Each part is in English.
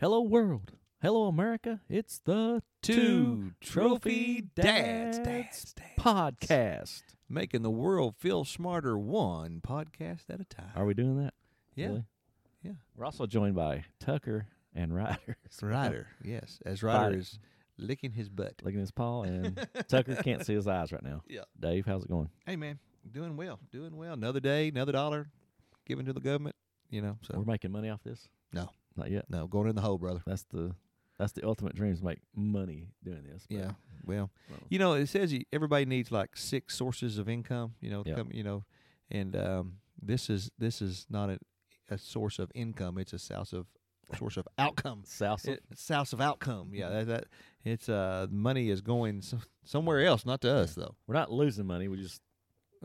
Hello, world. Hello, America. It's the Two Trophy Dads, Dads, Dads. podcast. Making the world feel smarter one podcast at a time. Are we doing that? yeah. Really? Yeah. We're also joined by Tucker and Ryder. Ryder. Oh. Yes. As Ryder Ryder. is licking his butt. Looking at his paw, and Tucker can't see his eyes right now. Yeah. Dave, how's it going? Hey man, doing well. Doing well. Another day, another dollar given to the government, you know. We're So making money off this? No. Not yet. no, going in the hole, brother. That's the that's the ultimate dream is make money doing this. but- Yeah. Well, Well. you know, it says you, everybody needs like six sources of income, you know, Yeah. come, you know, and um, this is this is not a, a source of income, it's a source of source of outcome. South of- It, source of outcome. Mm-hmm. Yeah, that, that it's uh money is going so, somewhere else, not to us though. We're not losing money. We just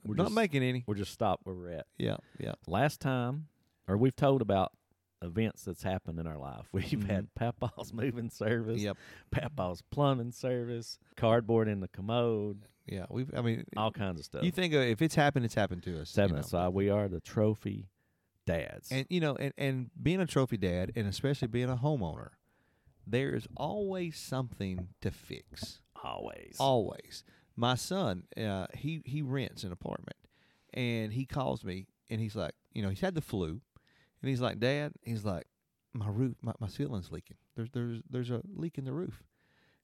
We're We're not just- making any. we're just stopped where we're at. Yeah, yeah. last time, or we've told about events that's happened in our life. We've had Papaw's moving service, Mm-hmm. Yep. Papaw's plumbing service, cardboard in the commode, Yeah, we've I mean all kinds of stuff. you think uh, if it's happened it's happened to us. you Seven. know. So we are the trophy dads. And you know, and, and being a trophy dad and especially being a homeowner, there is always something to fix. always. Always. My son, uh, he he rents an apartment, and he calls me, and he's like, you know, he's had the flu, and he's like, Dad, he's like, my roof, my, my ceiling's leaking. There's there's there's a leak in the roof,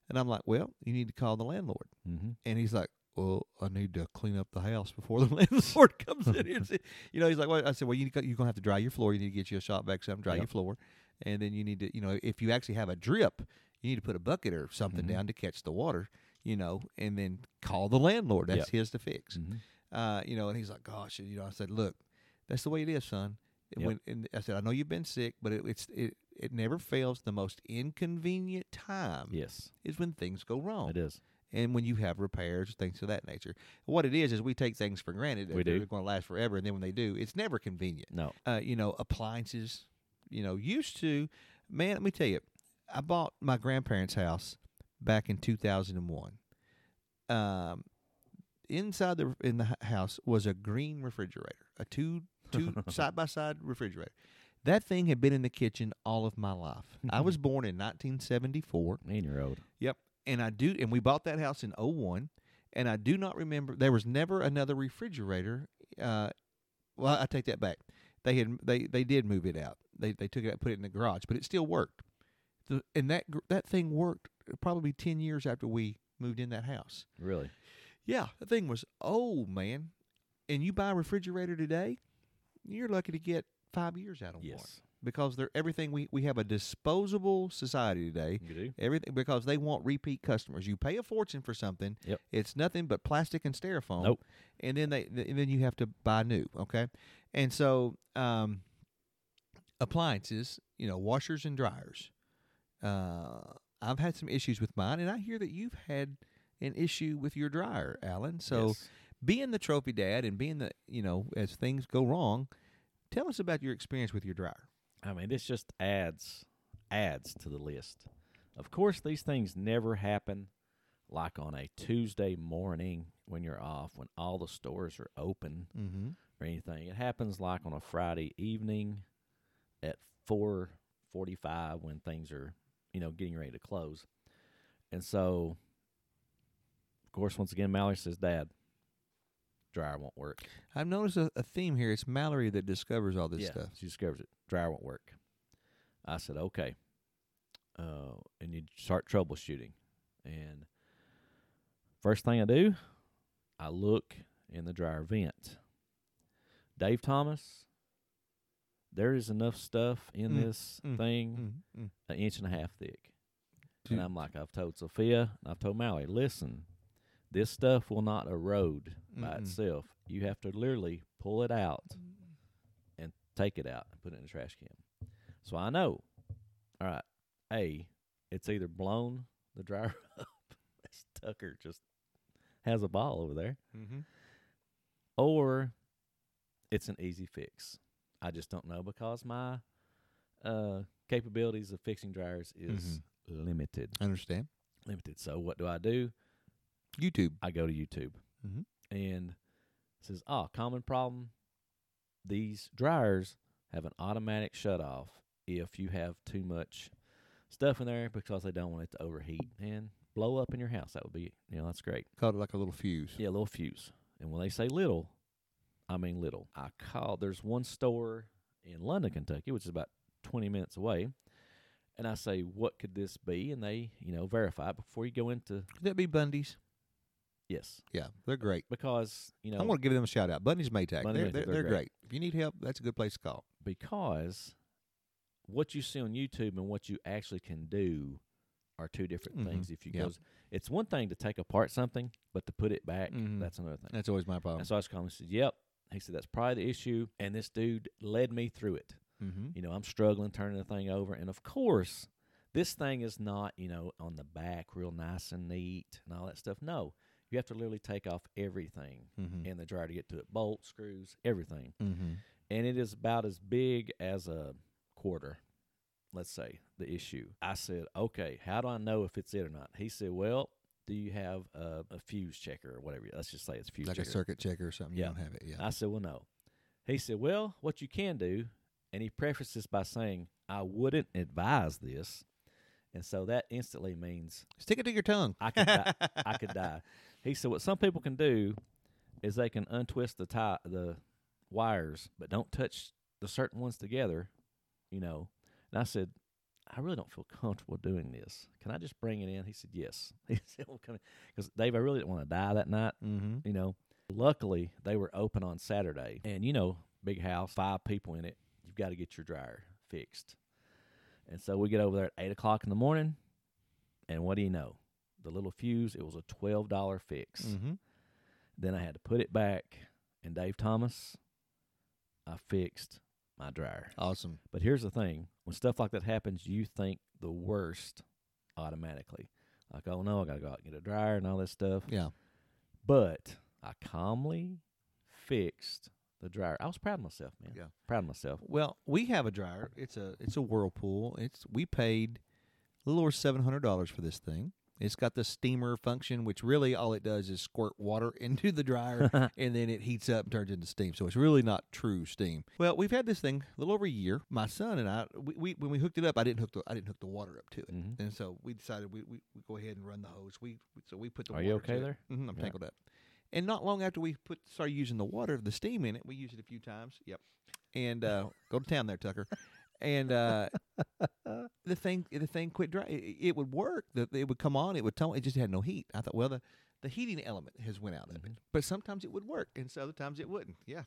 and I'm like, well, you need to call the landlord, mm-hmm. and he's like. Well, I need to clean up the house before the landlord comes in here. and see-" You know, he's like, well, I said, well, you, you're going to have to dry your floor. You need to get you a shop vac, something, dry Yep. your floor. And then you need to, you know, if you actually have a drip, you need to put a bucket or something Mhm. down to catch the water you know, and then call the landlord. That's Yep. his to fix. hmm Uh, you know, and he's like, gosh, you know, I said, look, that's the way it is, son. It Yep. When, and I said, I know you've been sick, but it, it's it, it never fails. The most inconvenient time Yes, is when things go wrong, it is. and when you have repairs, things of that nature. What it is is we take things for granted. that We do. They're going to last forever, and then when they do, it's never convenient No. uh, you know, appliances. You know, used to, man, let me tell you, I bought my grandparents' house back in 2001. Um, inside the in the h- house was a green refrigerator, a two two side by side refrigerator. That thing had been in the kitchen all of my life. I was born in 1974. Man, you're old. Yep. And I do and we bought that house in '01, and I do not remember there was never another refrigerator uh well I take that back. They had they they did move it out. They they took it out put it in the garage, but it still worked. The, and that gr- that thing worked probably 10 years after we moved in that house. Really? Yeah, the thing was old, man. And you buy a refrigerator today, you're lucky to get 5 years out of one Yes. because they're everything we we have a disposable society today. You do. Everything because they want repeat customers. You pay a fortune for something. Yep. It's nothing but plastic and styrofoam. Nope. And then they th- and then you have to buy new. Okay. And so um, appliances, you know, washers and dryers. Uh, I've had some issues with mine, and I hear that you've had an issue with your dryer, Alan. So Yes. being the trophy dad and being the you know as things go wrong, tell us about your experience with your dryer. I mean, this just adds adds to the list. Of course, these things never happen like on a Tuesday morning when you're off, when all the stores are open Mm-hmm. or anything. It happens like on a Friday evening at four forty five when things are, you know, getting ready to close. And so of course once again Mallory says, Dad, dryer won't work. I've noticed a, a theme here. It's Mallory that discovers all this yeah, stuff. She discovers it. Dryer won't work. I said, okay. Uh, and you start troubleshooting. And first thing I do, I look in the dryer vent. Dave Thomas, there is enough stuff in Mm, this mm, thing Mm-hmm. an inch and a half thick. Dude. And I'm like, I've told Sophia, and I've told Mallory, listen, this stuff will not erode by Mm-mm. itself. You have to literally pull it out and take it out and put it in a trash can. So I know, all right, A, it's either blown the dryer up, as Tucker just has a ball over there, or it's an easy fix. I just don't know because my uh, capabilities of fixing dryers is limited. Understand? Limited. So what do I do? YouTube. I go to YouTube Mhm. and it says, "Ah, common problem. These dryers have an automatic shut off if you have too much stuff in there because they don't want it to overheat and blow up in your house. That would be, you know, that's great. Called it like a little fuse. Yeah, a little fuse. And when they say little, I mean little. I called, there's one store in London, Kentucky, which is about 20 minutes away. And I say, what could this be? And they, you know, verify it before you go into, Could that be Bundy's? yes, Yeah, they're great. because, you know, I'm going to give them a shout out. Bundy's Maytag. Bundy's Maytag, they're, they're, they're they're great. great. If you need help, that's a good place to call. because what you see on YouTube and what you actually can do are two different Mhm. things. If you Yep. goes, it's one thing to take apart something, but to put it back, Mhm. that's another thing. That's always my problem. And so I just called him and said, "Yep." He said, "That's probably the issue." And this dude led me through it. Mm-hmm. You know, I'm struggling turning the thing over, and of course, this thing is not you know on the back, real nice and neat, and all that stuff. No, you have to literally take off everything Mm-hmm. in the dryer to get to it. Bolts, screws, everything Mm-hmm. and it is about as big as a quarter, let's say, the issue. I said, okay, how do I know if it's it or not? He said, well, do you have a, a fuse checker or whatever? Let's just say it's a fuse Like a checker. circuit checker or something. Yeah. You don't have it. Yeah. I said, well, no. He said, well, what you can do, and he prefaced this by saying, I wouldn't advise this. And so that instantly means Stick it to your tongue. I could die. I could die. He said, what some people can do is they can untwist the tie, the wires, but don't touch the certain ones together, you know. And I said, I really don't feel comfortable doing this. Can I just bring it in? He said, yes. He said, well, because Dave, I really didn't want to die that night, Mm-hmm. you know. Luckily, they were open on Saturday, and you know, big house, five people in it. You've got to get your dryer fixed. And so we get over there at eight o'clock in the morning, and what do you know? The little fuse, it was a twelve dollar fix. Mm-hmm. Then I had to put it back, and Dave Thomas, I fixed my dryer. Awesome. But here's the thing when stuff like that happens, you think the worst automatically. Like, oh no, I got to go out and get a dryer and all this stuff. Yeah. But I calmly fixed the dryer. I was proud of myself, man. Yeah. Proud of myself. Well, we have a dryer. It's a it's a Whirlpool. It's we paid a little over seven hundred dollars for this thing. It's got the steamer function, which really all it does is squirt water into the dryer and then it heats up and turns into steam. So it's really not true steam. Well, we've had this thing a little over a year. My son and I, we, we when we hooked it up, I didn't hook the I didn't hook the water up to it, Mhm. and so we decided we, we, we go ahead and run the hose. We we- so we put the Are water you to okay it. there? hmm I'm Yeah. tangled up. And not long after we put started using the water, the steam in it, we used it a few times. Yep. And uh, go to town there, Tucker. And uh, the thing the thing quit dry. It, it would work. The, it would come on. It would tone. It just had no heat. I thought, well, the the heating element has went out of Mhm. it. But sometimes it would work, and so other times it wouldn't. Yeah,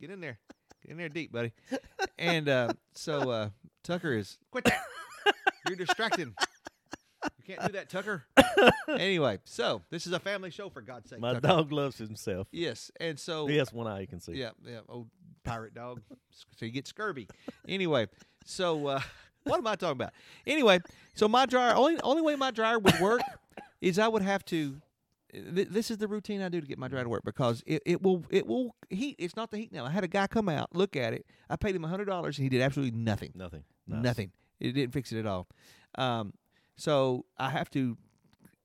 get in there, get in there deep, buddy. And uh, so uh, Tucker is quit that. You're distracting. You can't do that, Tucker. anyway, so this is a family show for God's sake. My Tucker. dog loves himself. Yes, and so He has one eye you can see. Oh. yeah, yeah, old pirate dog. So you get scurvy. Anyway, so uh, what am I talking about? Anyway, so my dryer only only way my dryer would work is I would have to. Th- this is the routine I do to get my dryer to work because it, it will it will heat. It's not the heat now. I had a guy come out look at it. I paid him hundred dollars and he did absolutely nothing. Nothing. Nice. Nothing. It didn't fix it at all. Um, so I have to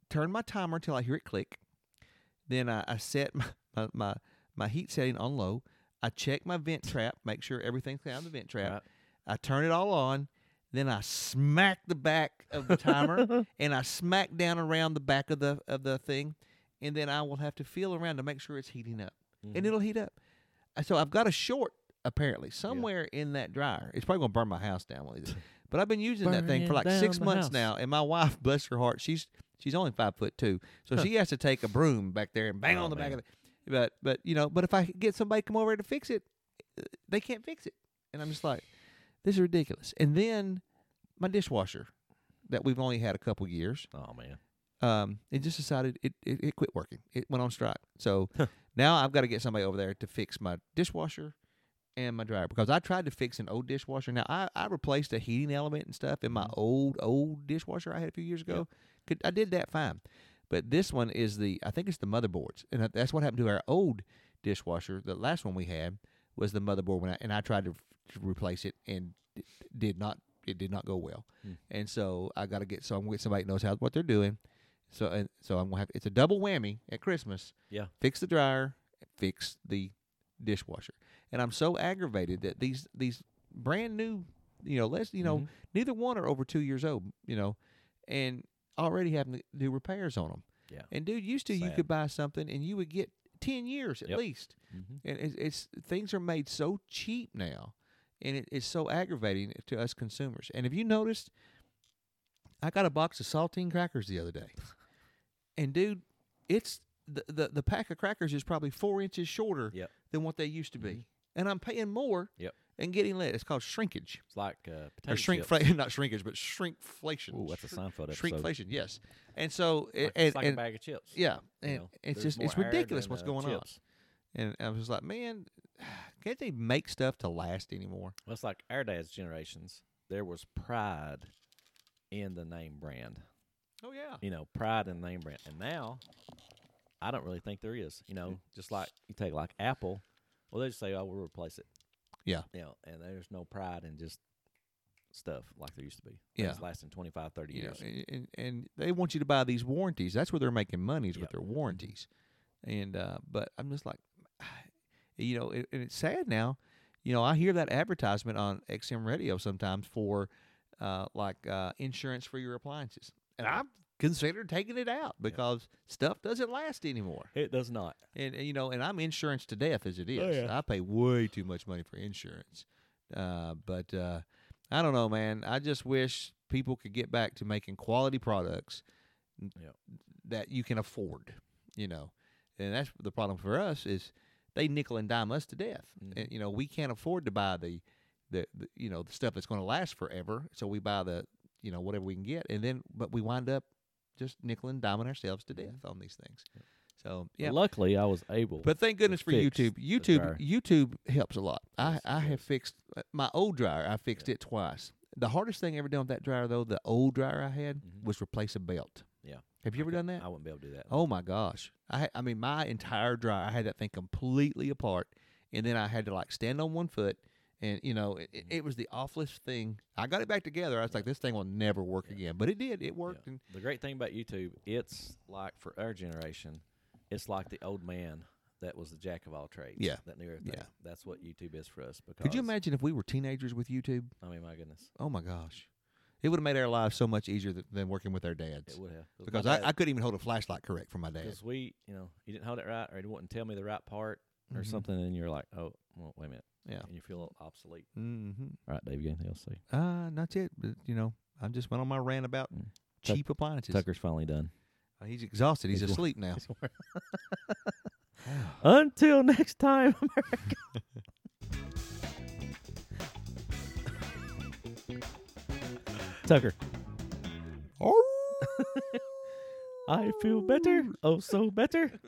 turn my timer till I hear it click. Then I, I set my, my, my, my heat setting on low. I check my vent trap, make sure everything's down the vent trap. Right. I turn it all on. Then I smack the back of the timer and I smack down around the back of the of the thing. And then I will have to feel around to make sure it's heating up. Mm-hmm. And it'll heat up. Uh, So I've got a short apparently somewhere in that dryer. It's probably gonna burn my house down with it. But I've been using that Burn thing for it like six down the months house. now, and my wife, bless her heart, she's she's only five foot two, so she has to take a broom back there and bang Oh, on the back man. of it. But but you know, but if I get somebody to come over to fix it, uh, they can't fix it, and I'm just like, this is ridiculous. And then my dishwasher that we've only had a couple years, Oh, man. um, it just decided it, it, it quit working. It went on strike. So now I've got to get somebody over there to fix my dishwasher and my dryer because I tried to fix an old dishwasher. Now I, I replaced a heating element and stuff in my old old dishwasher I had a few years ago. Could, I did that fine, but this one is the I think it's the motherboards, and that- that's what happened to our old dishwasher. The last one we had was the motherboard when I and I tried to, to replace it and d- did not it did not go well, Mm. and so I got to get so I'm gonna get somebody that knows how what they're doing. So and so I'm gonna have it's a double whammy at Christmas. Yeah. Fix the dryer, fix the dishwasher. And I'm so aggravated that these these brand new You know, let's you know Mhm. neither one are over two years old. You know, and already having to do repairs on them. Yeah. And dude, used to you Sad. could buy something and you would get ten years at Yep. least. Mhm. And it's, it's things are made so cheap now, and it, it's so aggravating to us consumers. And if you noticed, I got a box of saltine crackers the other day, and dude, it's the the, the pack of crackers is probably four inches shorter Yep. Mm-hmm. than what they used to be, and I'm paying more. Yep. And getting less. It's called shrinkage It's like uh, potato or shrink, chips. not shrinkage, but shrinkflation. Ooh, that's a Shr- Seinfeld episode. Shrinkflation, yes. And so, it, Like, and, it's like and- a bag of chips. yeah, you and know, it's there's just it's more air ridiculous than, what's uh, going on. chips. And I was like, man, can't they make stuff to last anymore? Well, it's like our dad's generations. There was pride in the name brand. Oh yeah, You know, pride in the name brand. And now, I don't really think there is. You know, Mm-hmm. just like you take like Apple, well, they just say, "Oh, we'll replace it." Yeah. You know, and there's no pride in just stuff like there used to be. Yeah. It's lasting 25, 30 you know, years. and, and and they want you to buy these warranties. That's where they're making money is with Yep. Mm-hmm. their warranties. And uh, but I'm just like, you know, it, and it's sad now. You know, I hear that advertisement on XM radio sometimes for uh, like uh, insurance for your appliances, and Ah. I've considered taking it out because stuff doesn't last anymore. It does not. And, and, you know, and I'm insurance to death as it is. yeah. I pay way too much money for insurance. Uh, but uh, I don't know, man. I just wish people could get back to making quality products n- Yep. that you can afford. You know, and that's the problem for us is they nickel and dime us to death. Mhm. And, you know, we can't afford to buy the the, the you know the stuff that's going to last forever. So we buy the you know whatever we can get, and then but we wind up just nickel and diming ourselves to death on these things. So yeah, Luckily, I was able. but thank goodness for fixed YouTube. the YouTube dryer. YouTube helps a lot. I, Yes, it I have does. fixed uh, my old dryer. I fixed it twice. The hardest thing I ever done with that dryer though, the old dryer I had, Mhm. was replace a belt. Yeah. Have you ever done that? I wouldn't be able to do that. Oh my gosh. I ha- I mean my entire dryer, I had that thing completely apart and then I had to like stand on one foot and you know, it, Mm-hmm. it- it was the awfulest thing. I got it back together. I was like this thing will never work again, but it did. It worked Yeah. and The great thing about YouTube, it's like for our generation, it's like the old man that was the jack of all trades. Yeah. That knew everything. Yeah. That's what YouTube is for us because could you imagine if we were teenagers with YouTube? I mean, my goodness. Oh my gosh. It would have made our lives so much easier th- than working with our dads. It would have. my Because I, dad- I couldn't even hold a flashlight correct for my dad. Because we, you know, you didn't hold it right, or you wouldn't tell me the right part, or Mhm. something, and you're like, oh, well, wait a minute, Yeah. and you feel a little obsolete. Mm-hmm. All right, Dave, you got anything else to say? Uh, not yet. But, you know, I just went on my rant about Mm. Tuck- cheap appliances. Tucker's finally done. Uh, He's exhausted. He's, He's wa- asleep now. Until next time, America. Tucker, I feel better. Oh, so better.